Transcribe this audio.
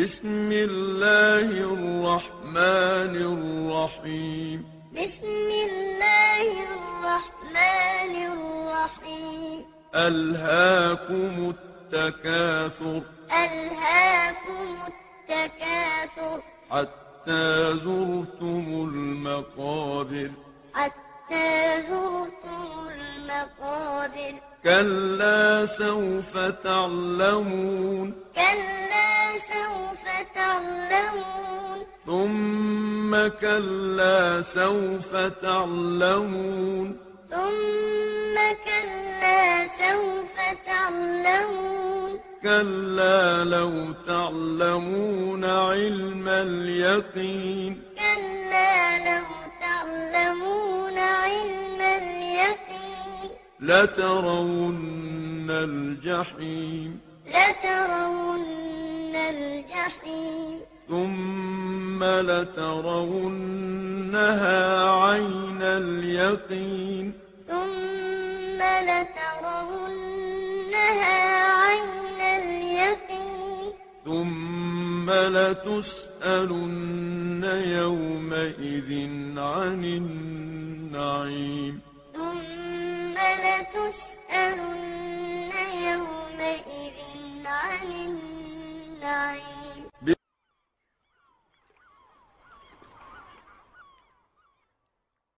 بسم الله الرحمن الرحيم بسم الله الرحمن الرحيم ألهاكم التكاثر ألهاكم التكاثر حتى زرتم المقابر حتى زرتم المقابر كلا سوف تعلمون كلا سوف تعلمون ثم كلا سوف تعلمون ثم كلا سوف تعلمون كلا لو تعلمون علم اليقين كلا لو تعلمون علم اليقين لترون الجحيم لترون الجحيم ثم لترونها عين اليقين ثم لترونها عين اليقين ثم لتسألن يومئذ عن النعيم